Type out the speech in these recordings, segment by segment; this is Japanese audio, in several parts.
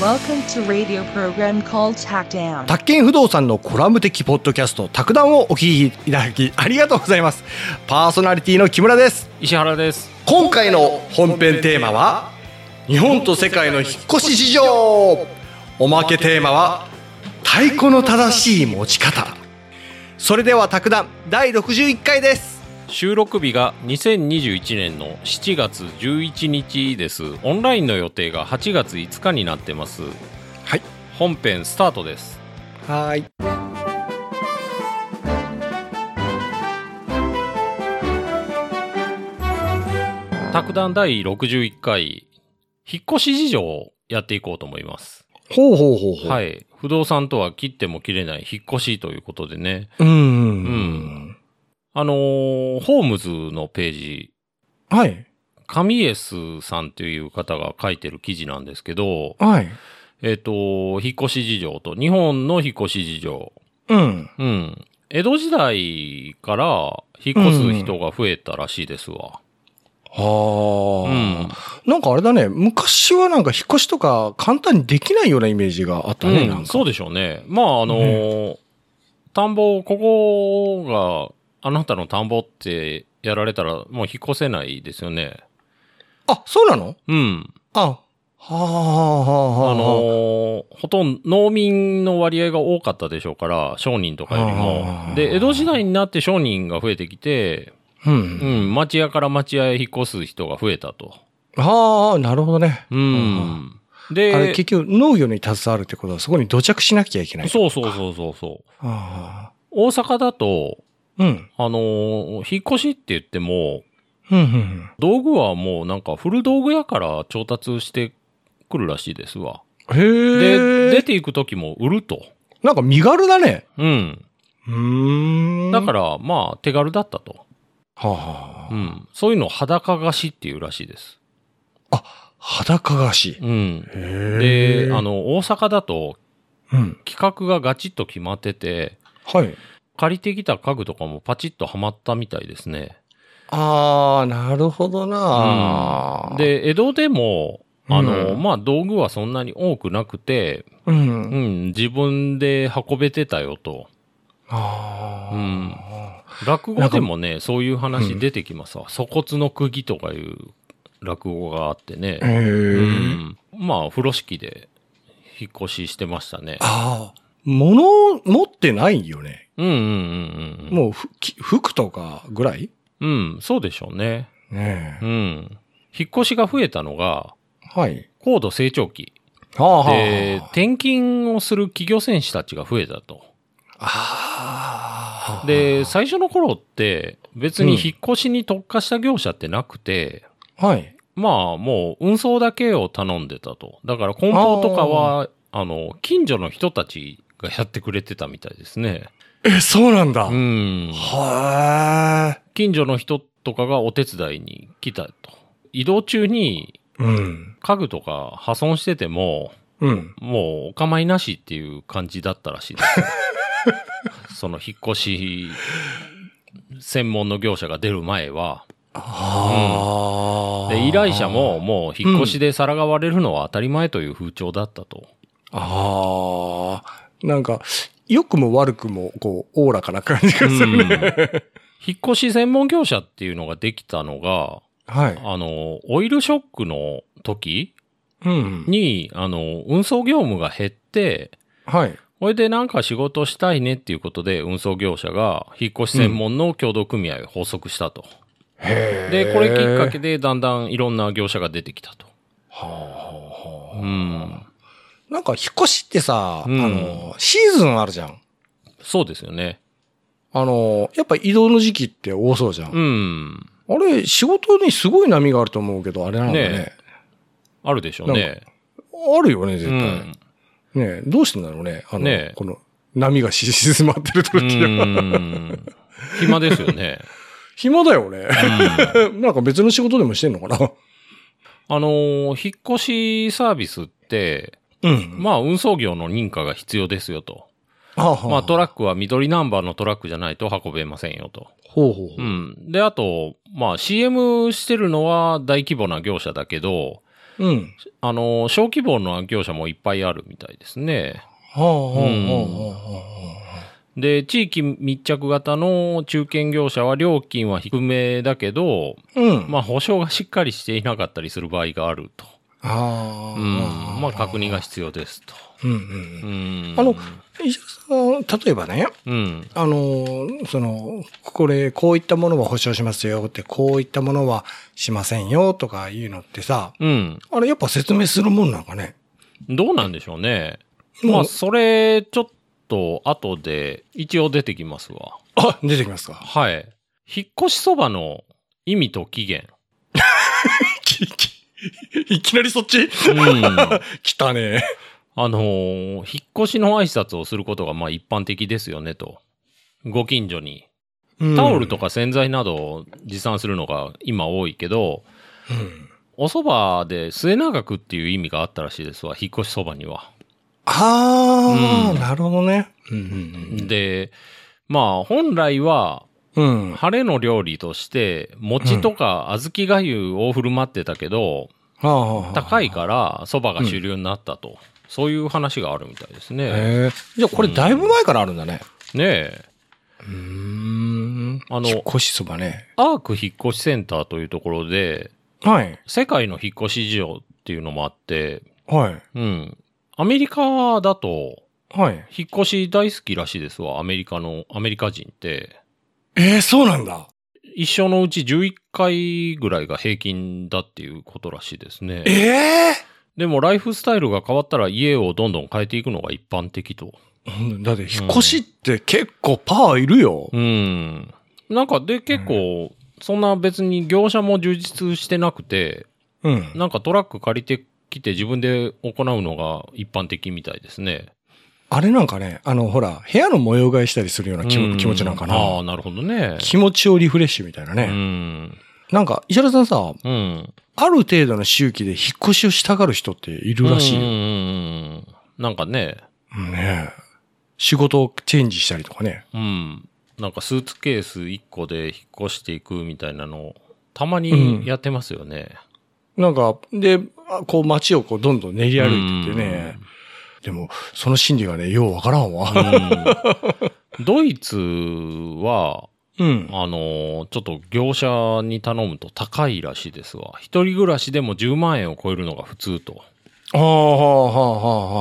Welcome to radio program called Hackdown. 宅建不動産のコラム的ポッドキャスト「卓談」をお聞きいただきありがとうございますパーソナリティの木村です石原です今回の本編テーマは日本と世界の引っ越し市場おまけテーマは太鼓の正しい持ち方それでは卓談第61回です収録日が2021年の7月11日ですオンラインの予定が8月5日になってますはい本編スタートですはい卓談第61回引っ越し事情をやっていこうと思いますほうほうほうほう、、はいい不動産とは切っても切れない引っ越しということでねうんうんううんんあのーホームズのページはい上エスさんという方が書いてる記事なんですけど、はいえっ、と、引っ越し事情と、日本の引っ越し事情。うんうん。江戸時代から引っ越す人が増えたらしいですわ。はうあ、ん。なんかあれだね、昔はなんか引っ越しとか簡単にできないようなイメージがあったね、うんなんか。そうでしょうね。まあ、あのー田んぼ、ここがあなたの田んぼってやられたらもう引っ越せないですよね。あ、そうなのうん。あ、はあ、はあ、あはあ、のーほとんど農民の割合が多かったでしょうから、商人とかよりあーも。で、江戸時代になって商人が増えてきて、う。うんん、町屋から町屋へ引っ越す人が増えたと。はあ、なるほどね。うん。あれ、で、結局農業に携わるってことはそこに土着しなきゃいけない。そうそうそうそうそう。あ大阪だと、あうん。あのー引っ越しって言っても、うん、うん、道具はもうなんか古道具屋から調達してくるらしいですわ。うん。へえ。で、出ていく時も売ると。なんか身軽だね。うん。うーん。。だからら、まあ、手軽だったと。はあ。うん。そういうのを裸貸しっていうらしいです。裸がし。うん。へえ。で、あ、の、大阪だとうん。企画がガチッと決まってて、はい。借りてきた家具とかもパチッとはまったみたいですね。ああ、なるほどな。、で、江戸でも、あうの、んまあ、道具はそんなに多くなくて、う。うんん、自分で運べてたよと。ああ。うん落語でもね、そういう話出てきますわ。粗骨の釘とかいう落語があってへね。うえ。ん、まあ、風呂敷で引っ越ししてましたね。ああ。物を持ってないよね。うんうんうんうん。もうふ、き服とかぐらいうん、そうでしょうね。ねう。ん。引っ越しが増えたのが、はい。高度成長期。はあはで、転勤をする企業戦士たちが増えたと。あ。ああ。で、最初の頃って、別に引っ越しに特化した業者ってなくて、はい。まあもう運送だけを頼んでたと。だから梱包とかは、あの、近所の人たちがやってくれてたみたいですね。え、そうなんだ。うん。はあ。近所の人とかがお手伝いに来たと。移動中にうん。家具とか破損してても、うん。もうお構いなしっていう感じだったらしいですよ。その引っ越し専門の業者が出る前は。ああ。で依頼者も。もう引っ越しで皿が割れるのは当たり前という風潮だったと。ああ。なんか、良くも悪くも、こう、おおらかな感じがするうんね。引っ越し専門業者っていうのができたのが、はい。あの、オイルショックの時うん。に、あの、運送業務が減って、はい。これでなんか仕事したいねっていうことで運送業者が引っ越し専門の協同組合を発足したと。へえ。で、これきっかけでだんだんいろんな業者が出てきたと。はあはあはあうん。なんか引っ越しってさ、うんあの、シーズンあるじゃん。そうですよね。あの、やっぱ移動の時期って多そうじゃん。うん。あれ、仕事にすごい波があると思うけど、あれなんだね。ねあるでしょうね。あるよね、絶う対。ん。ねどうしてんだろうね。あの、ねこの、波がし静まってるう時は。 ん。暇ですよね。暇だよね。 うんなんか別の仕事でもしてんのかな。あのー引っ越しサービスって、うん。まあ、運送業の認可が必要ですよと。あ、はまあ、トララックは緑ナンバーのトラックじゃないと運べませんよと。ほうほう。うん。で、あと、まあ、CM してるのは大規模な業者だけど、うん。あの、小規模の業者もいっぱいあるみたいですね。はあ、はあ、はあ、はで、地域密着型の中堅業者は料金は低めだけど、あ、はあ。うん。まあ保証がしっかりしていなかったりする場合があると。ああ。うん。まあ確認が必要ですと。うん、う。うんん。あの、石原さん、例えばね、うん。あの、その、これ、こういったものは保証しますよって、こういったものはしませんよとかいうのってさ、うん。あれやっぱ説明するもんなんかね。どうなんでしょうね。もうまあそれ、ちょっと後で一応出てきますわ。あ、出てきますか。はい。引っ越しそばの意味と期限。きき いきなりそっちうん。来たね。あのー引っ越しの挨拶をすることがまあ一般的ですよねと。ご近所に。タオルとか。か洗剤などを持参するのが今多いけど、うんお蕎麦で末永くっていう意味があったらしいですわ、引っ越しそばには。ああ、うんなるほどね。うんで、まあ本来は、うんうん。うん。晴れの料理として、餅とか小豆がゆを振る舞ってたけど、高いら。から蕎麦が主流になったと。そういう話があるみたいですね。へえじゃあこれだいぶ前からあるんだね。ねえ。うん。あの引っ越しそばね。アーク引っ越しセンターというところで、はい。世界の引っ越し事情っていうのもあって、はい。うん。アメリカだと、はい。引っ越し大好きらしいですわ、アメリカの、アメリカ人って。えー、そうなんだ。一生のうち11回ぐらいが平均だっていうことらしいですね。ええでもライフスタイルが変わったら家をどんどん変えていくのが一般的と。だって引っ越しって結構パワーいるよ。うん。なんかで結構、そんな別に業者も充実してなくて、うん。なんかトラック借りてきて自分で行うのが一般的みたいですね。あれなんかね、あの、ほら、部屋の模様替えしたりするような気,、うん気持ちなんかああ、な。なるほどね。気持ちをリフレッシュみたいなうね。ん。なんか、石原さんさ、うん。ある程度の周期で引っ越しをしたがる人っているらしいうんよ。うんうん。なんかね、うんねえ仕事をチェンジしたりとかね。うん。なんかスーツケース1個で引っ越していくみたいなのを、たまにやってますよね。なんか、で、あこう街をこうどんどん練り歩いてってね。でも、その心理がね、ようわからんうわ。ん。ドイツは、うん。あのーちょっと業者に頼むと高いらしいですわ。一人暮らしでも10万円を超えるのが普通と。ああ、はあ、はあ、はあ、はあ、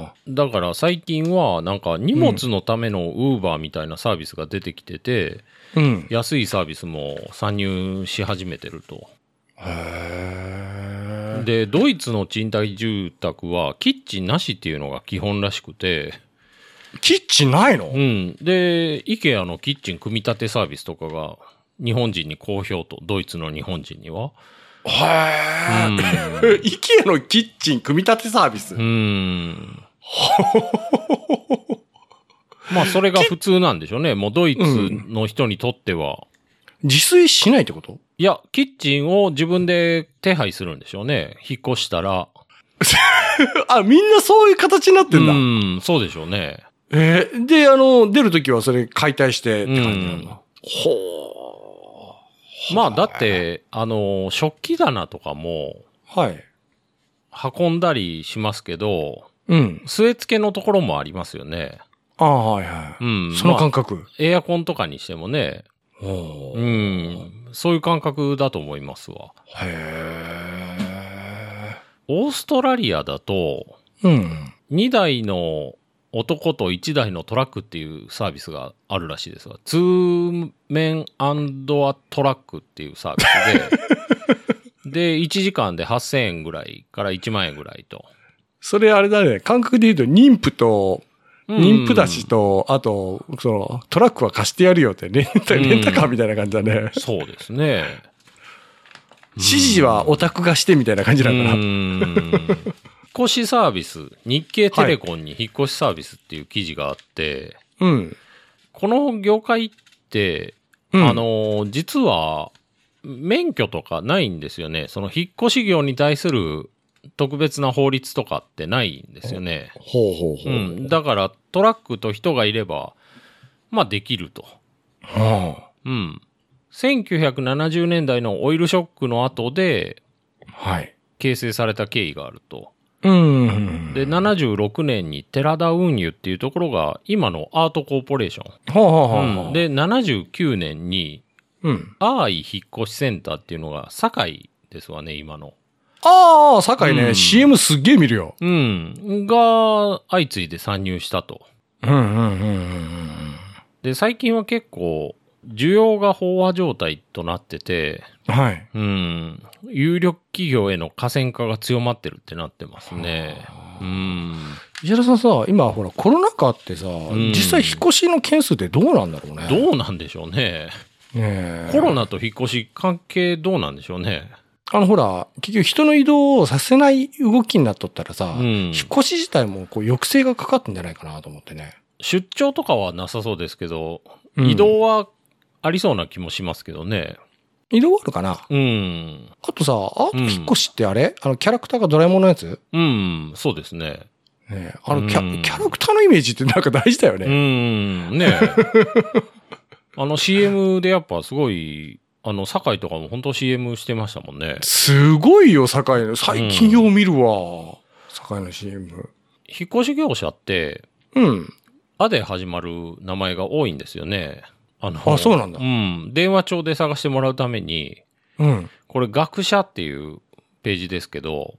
はあ。だから最近はなんか荷物のためのウーバーみたいなサービスが出てきてて、うん。安いサービスも参入し始めてると。へえ。で、ドイツの賃貸住宅はキッチンなしっていうのが基本らしくて、キッチンないのうん。で、IKEA のキッチン組み立てサービスとかが日本人に好評と、ドイツの日本人には。は うえ。イケアのキッチン組み立てサービスう ーん。まあ、それが普通なんでしょうね。もうドイツの人にとっては。自炊しないってこといや、キッチンを自分で手配するんでしょうね。引っ越したら。あ、みんなそういう形になっうてんだ。ん、そうでしょうね。えーで、あの、出るときはそれ解体してって感じなんだ。うんほまあ、だって、あの、食器棚とかもー。はい。運んだりしますけど、うん。据え付けのところもありますよね。ああ、はいはうい。ん。そのまあ感覚。エアコンとかにしてもね、おうーん、そういう感覚だと思いますわ。へオーストラリアだと、え。うん。 2台の男と1台のトラックっていうサービスがあるらしいですが、ツーメンアトラックっていうサービ スで、で、1時間で8000円ぐらいから1万円ぐらいと。それあれだね。感覚で言うと、妊婦と、うん妊婦だし。と、あと、その、トラックは貸してやるよって、レンタ、うんレンタカーみたいな感じだね。そうですね。指示はオタクがしてみたいな感じうなのかな。ん。引っ越しサービス、日経テレコンに引っ越しサービスっていう記事があって、うん。この業界って、うんあの、実は、免許とかないんですよね。その引っ越し業に対する特別な法律とかってないんですよね。ほうほうほうう。ん。だから、トラックと人がいれば、まあ、できると。はうん。1970年代のオイルショックの後で、あはい。形成された経緯があると。うん。で、76年に寺田運輸っていうところが今のアートコーポレーション。はあ、はあはあはあ、で、79年にうん。アーイ引っ越しセンターっていうのが堺ですわね、今の。ああ、酒井ね、うん CM すっげえ見るよ。うん。が、相次いで参入したと。うんうんうんうんで、最近は結構、需要が飽和状態となってて、うん。はい。うん。有力企業への河川化が強まってるってなってますね。うん。石田さんさ、今ほら、コロナ禍ってさ、ん実際引っ越しの件数ってどうなんだろうね。どうなんでしょうね。ねえコロナと引っ越し関係どうなんでしょうね。あのほら、結局人の移動をさせない動きになっとったらさ、うん引っ越し自体もこう抑制がかかってんじゃないかなと思ってね。出張とかはなさそうですけど、うん移動はありそうな気もしますけどね。移動あるかなうん。あとさ、アートうん引っ越しってあれ、あのキャラクターがドラえもんのやつうん、そうですね。ねえあのキャ,、うんキャラクターのイメージってなんか大事だようね。ーん、ね え。あの CM でやっぱすごい、あの、堺とかも本当 CM してましたもんね。すごいよ、堺の。最近よう見るわ。堺の CM。引っ越し業者って、うん。あで始まる名前が多いんですよね。あの、あそうなんだうん。電話帳で探してもらうために、うん。これ学者っていうページですけど、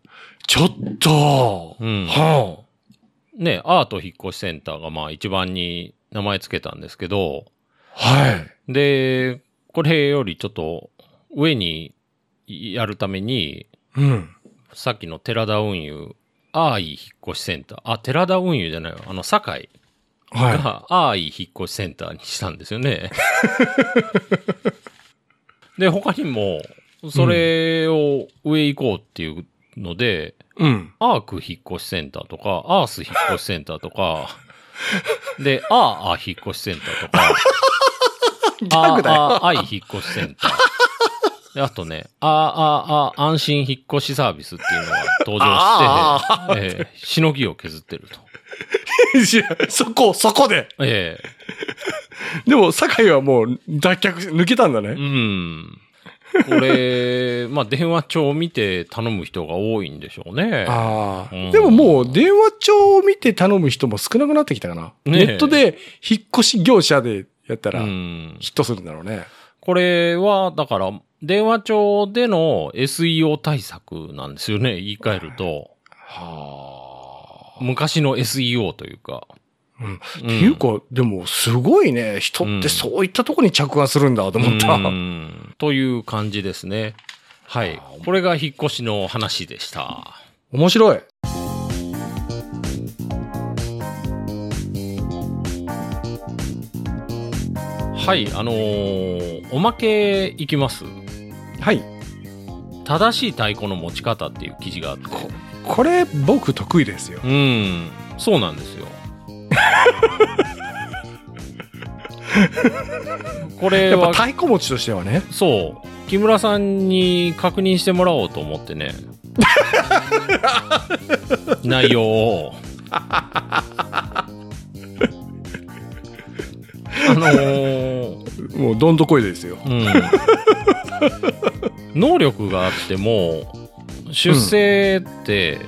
ちょっと、うん。はね、アート引っ越しセンターがまあ一番に名前つけたんですけど、あ、はい。で、これよりちょっと上にやるために、うん。さっきの寺田運輸、アーイ引っ越しセンター、あ、寺田運輸じゃないわ、あの、堺はがアーイ引っ越しセンターにしたんですよね。で、他にも、それを上行こうっていうので、い。うん。 アーク引っ越しセンターとか、アース引っ越しセンターと か、で、アーア引っ越しセンターとか、 ギあャグだよ。あ、あい引っ越しセンター。であとね、ああ、あ安心引っ越しサービスっていうのが登場して、えーしのぎを削ってると。いやそこ、そこで。えでも、酒井はもう脱却、抜けたんだね。えうん。これ、まあ、電話帳を見て頼む人が多いんでしょうね。ああ、うんでももう電話帳を見て頼む人も少なくなってきたかな。ねえネットで引っ越し業者でやったらうヒん。ットするんだろうね。これは、だから、電話帳での SEO 対策なんですよね。言い換えると。はあ、昔の SEO というか。うん。っってていうか、でもすごいね、人ってそういったとこに着眼するんだと思った。うんという感じですね。はい。これが引っ越しの話でした。面白い。はい。あのーおまけいきます。はい。正しい太鼓の持ち方っていう記事があって。ここれ僕得意ですよ。うん。そうなんです よ。これやっぱは、太鼓持ちとしてはね。そう。木村さんに確認してもらおうと思っ てね。内容を。あのー、もうどんどこいですよ。うん、能力があっても出世って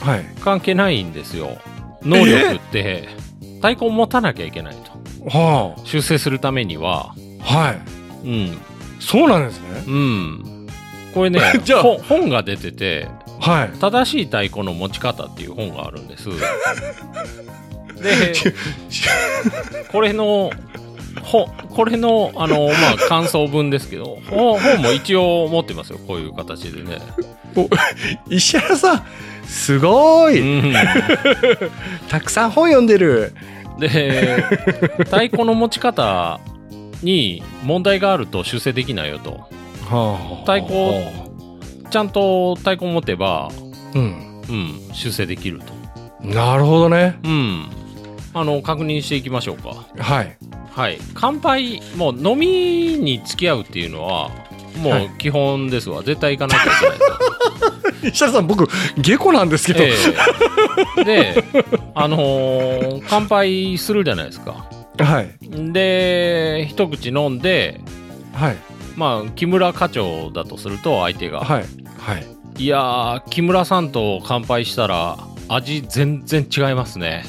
はい。関係ないんですよ、能力って太鼓を持たなきゃいけないとは出世するためにはあ。はい。うんそうなんですね。うんこれね じゃあ本本が出ててはい。「正しい太鼓の持ち方」っていう本があるんですでこれのほこれのあの、まあ、感想文ですけどほ本も一応持ってますよこういう形でね石原さん、すごい、うたくさん本読んでる。ん、で太鼓の持ち方に問題があると修正できないよとは太鼓ちゃんと太鼓持てば、うん。うん、修正できると、なるほどね。うん、あの確認していきましょうかはい。はい乾杯もう飲みに付き合うっていうのははもいう基本ですわ、絶対行かなきゃいけないと石原さん、僕、下戸なんですけど、 ええであのー乾杯するじゃないですかはい。で一口飲んではい。まあ木村課長だとすると相手が、はい。はい。いやー木村さんと乾杯したら味全然違いま すね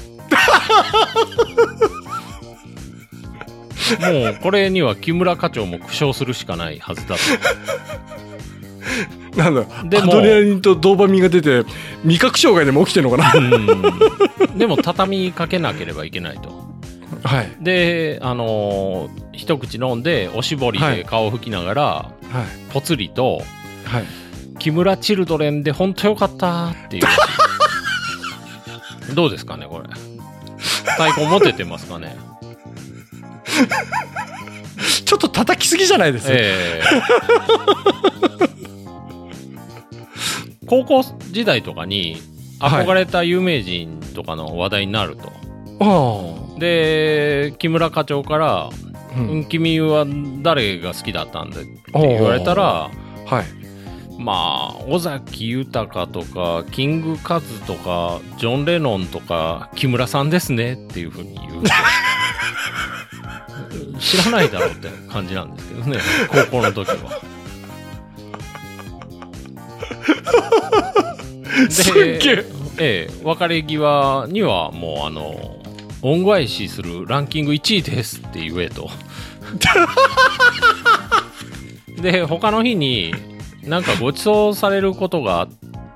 もうこれには木村課長も苦笑するしかないはずだとなんだでアもドレナリンとドーパミンが出て味覚障害でも起きてるのかなうんでも畳みかけなければいけないとはいであのー一口飲んでおしぼりはでい顔を拭きながら、はいぽつりとはい「木村チルドレンで本当よかった」っていう どうですかねこれ太鼓持ててますかねちょっと叩きすぎじゃないですか、ええ高校時代とかに憧れた有名人とかの話題になると、あで木村課長からあ、 「ううんん君は誰が好きだったんだ?」って言われたらはいまあ尾崎豊とかキングカズとかジョン・レノンとか木村さんですねっていうふうに言う知らないだろうって感じなんですけどね高校の時は。すっげえええ、別れ際にはもうあの恩返しするランキング1位ですって言えと で他の日になんかご馳走されることがあっ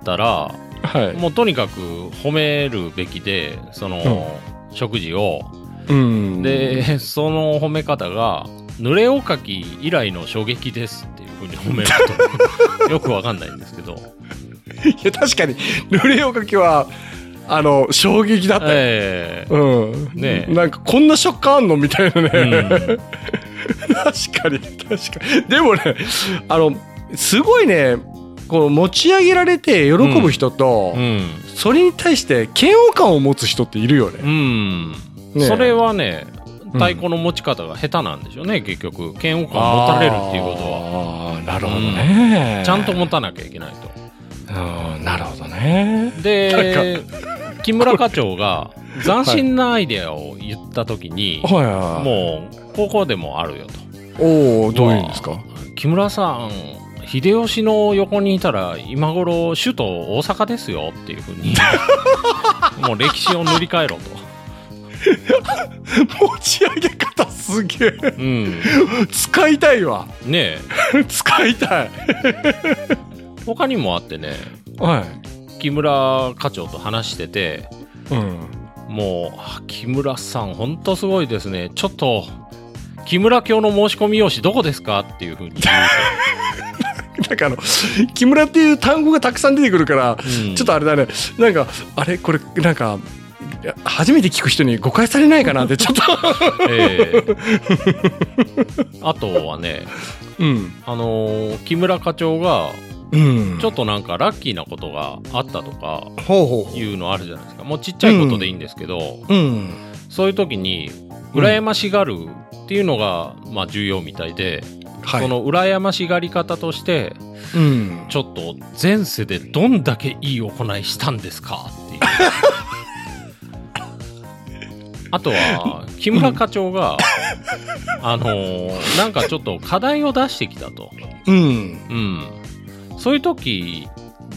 たらはいもうとにかく褒めるべきでその、食事をうんでその褒め方が濡れおかき以来の衝撃ですっていうふうに褒める とよくわかんないんですけどいや確かにルレオかきはあの衝撃だったよ、ええうんねえなんかこんな食感あんのみたいなね、う確かに確かにでもねあのすごいねこう持ち上げられて喜ぶ人と、うんそれに対して嫌悪感を持つ人っているようね、ん、ねえそれはねうん太鼓の持ち方が下手なんでしょうね、結局嫌悪感を持たれるっていうことははなるほどね、ちゃんと持たなきゃいけないとうんなるほどねで木村課長が斬新なアイデアを言った時に、はいはいもう高校でもあるよとおおどういうんですか木村さん秀吉の横にいたら今頃首都大阪ですよっていうふう にもう歴史を塗り替えろと、持ち上げ方すげえうん、使いたいわねえ使いたい他にもあってねは木村課長と話しててい、うん、もうあ木村さん本当すごいですねちょっと木村教の申し込み用紙どこですかっていうふうに言 なんかあの木村っていう単語がたくさん出てくるから、う、うんちょっとあれだねなんかあれこれなんかいや初めて聞く人に誤解されないか なってちょっとええあとはねうんあのー木村課長がうんちょっとなんかラッキーなことがあったとかほうほうほいうのあるじゃないですかもうちっちゃいことでいいんですけど、ううんそういう時にうん羨ましがるっていうのがまあ重要みたいで、はいその羨ましがり方としてうんちょっと前世でどんだけいい行いしたんですかっていうあとは木村課長が、あのーなんかちょっと課題を出してきたと、うんうん、そういう時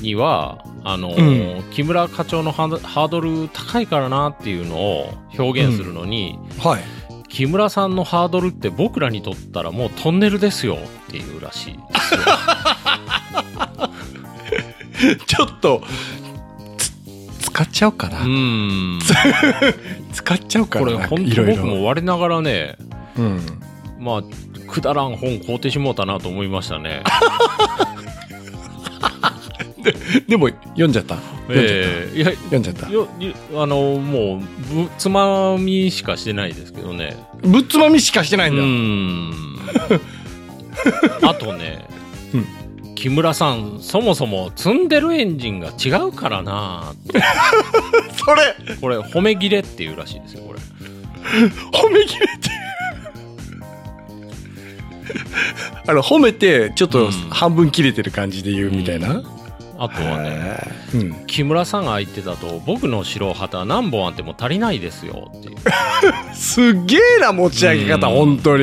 にはあのー木村課長のハードハードル高いからなっていうのを表現するのに、はい木村さんのハードルって僕らにとったらもうトンネルですよっていうらしいですよ。 ちょっとつ使っちゃおうかな、うん使っちゃおうかこなれなんか本い当ろい僕ろも我ながらねうんまあくだらん本買うてしもうたなと思いまし たね。でも読んじゃった読んじゃった、ええいや読んじゃったよよあのもうぶつまみしかしてないですけどね。ぶっつまみしかしてなういんだ、 んあとね、木村さんそもそも積んでるエンジンが違うからなそれこれ褒め切れっていうらしいですよこれ。褒め切れて あの褒めてちょっうとん半分切れてる感じで言うみたいな、うんあとはねうん、木村さんが言ってたと僕の白旗何本あっても足りないですよっていう。すっげえな持ち上げ方、うん本当に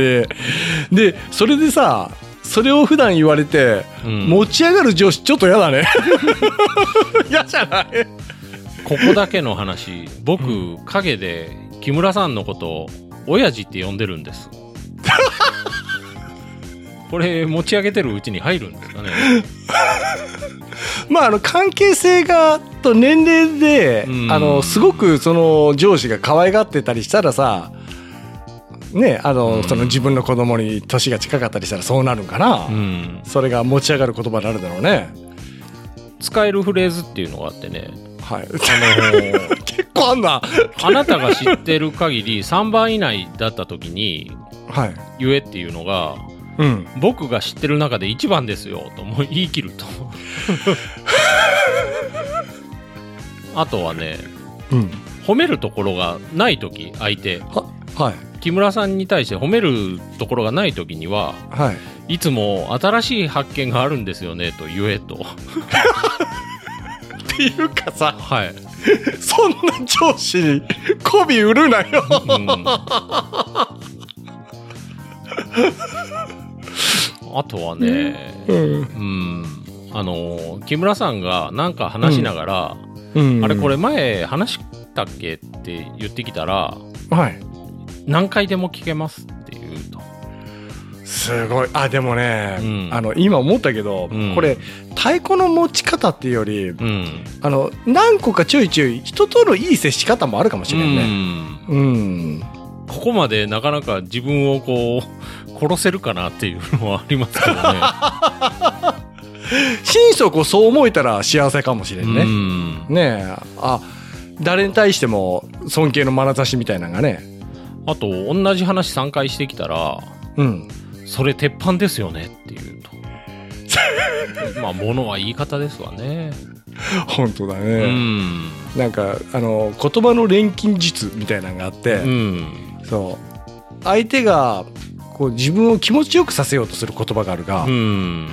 でそれでさそれを普段言われて、うん持ち上がる上司ちょっと嫌だね 嫌じゃないここだけの話僕、陰で木村さんのことを親父って呼んでるんです これ持ち上げてるうちに入るんですかねまああの関係性がと年齢で、うんあのすごくその上司が可愛がってたりしたらさねあの、うんその自分の子供に年が近かったりしたらそうなるんかな、うんそれが持ち上がる言葉になるだろうね使えるフレーズっていうのがあってねはいあのー 結構あんなあなたが知ってる限り3番以内だった時にはい言えっていうのがうん僕が知ってる中で1番ですよともう言い切る とあとはねうん褒めるところがない時相手ははい木村さんに対して褒めるところがない時にははいいつも新しい発見があるんですよねと言えとっていうかさはい、そんな上司に媚び売るなようん、あとはね、うん、うん、あの木村さんがなんか話しながら、あれこれ前話したっけって言ってきたらはい何回でも聞けますって言うとすごいあでもね、うんあの今思ったけど、うんこれ太鼓の持ち方っていうよりうん、あの何個かちょいちょい人とのいい接し方もあるかもしれないねうんうん、ここまでなかなか自分をこう 殺せるかなっていうのはありますけどね心底そう思えたら幸せかもしれんう ね、んねえあ誰に対しても尊敬の眼差しみたいなのがねあと同じ話3回してきたらうんそれ鉄板ですよねっていうと まあものは言い方ですわね本当だうね、んなんかあの言葉の錬金術みたいなのがあって、うんそう相手がこう自分を気持ちよくさせようとする言葉があるがう、ん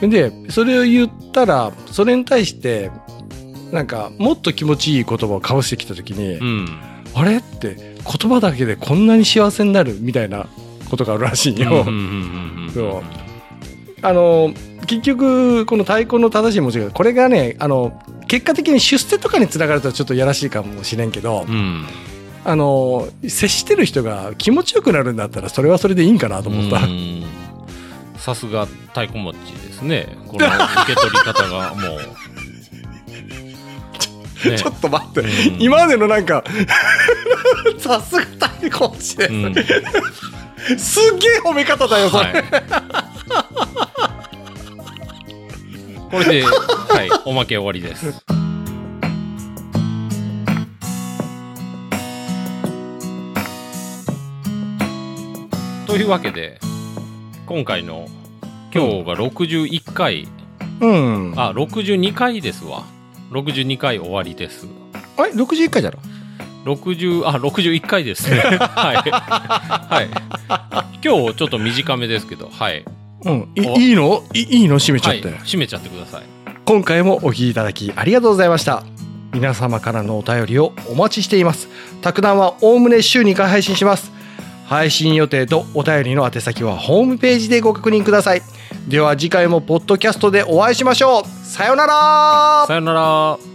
でそれを言ったらそれに対してなんかもっと気持ちいい言葉をかぶしてきた時に、うんあれって言葉だけでこんなに幸せになるみたいなことがあるらしいよ。そう あの結局この太鼓の正しい文字がこれがねあの結果的に出世とかにつながるとちょっとやらしいかもしれんけど、うんあの接してる人が気持ちよくなるんだったらそれはそれでいいんかなと思った。うんさすが太鼓持ちですねこの受け取り方がもう、ね ちょっと待って、うん今までのなんか さすが太鼓持ちでうんすっげえ褒め方だよそれ、はい、これで、はい、おまけ終わりです。というわけで今回の今日が61回、うんああ62回ですわ62回終わりですれ61回じゃろ60あ61回です ねはい、はい、今日ちょっと短めですけどはい、うんおいいいのいいいの締めちゃはっい、て、締めちゃってください今回もお聞きいただきありがとうございました皆様からのお便りをお待ちしています卓談はおおむね週2回配信します配信予定とお便りの宛先はホームページでご確認くださいでは次回もポッドキャストでお会いしましょうさようならさよなら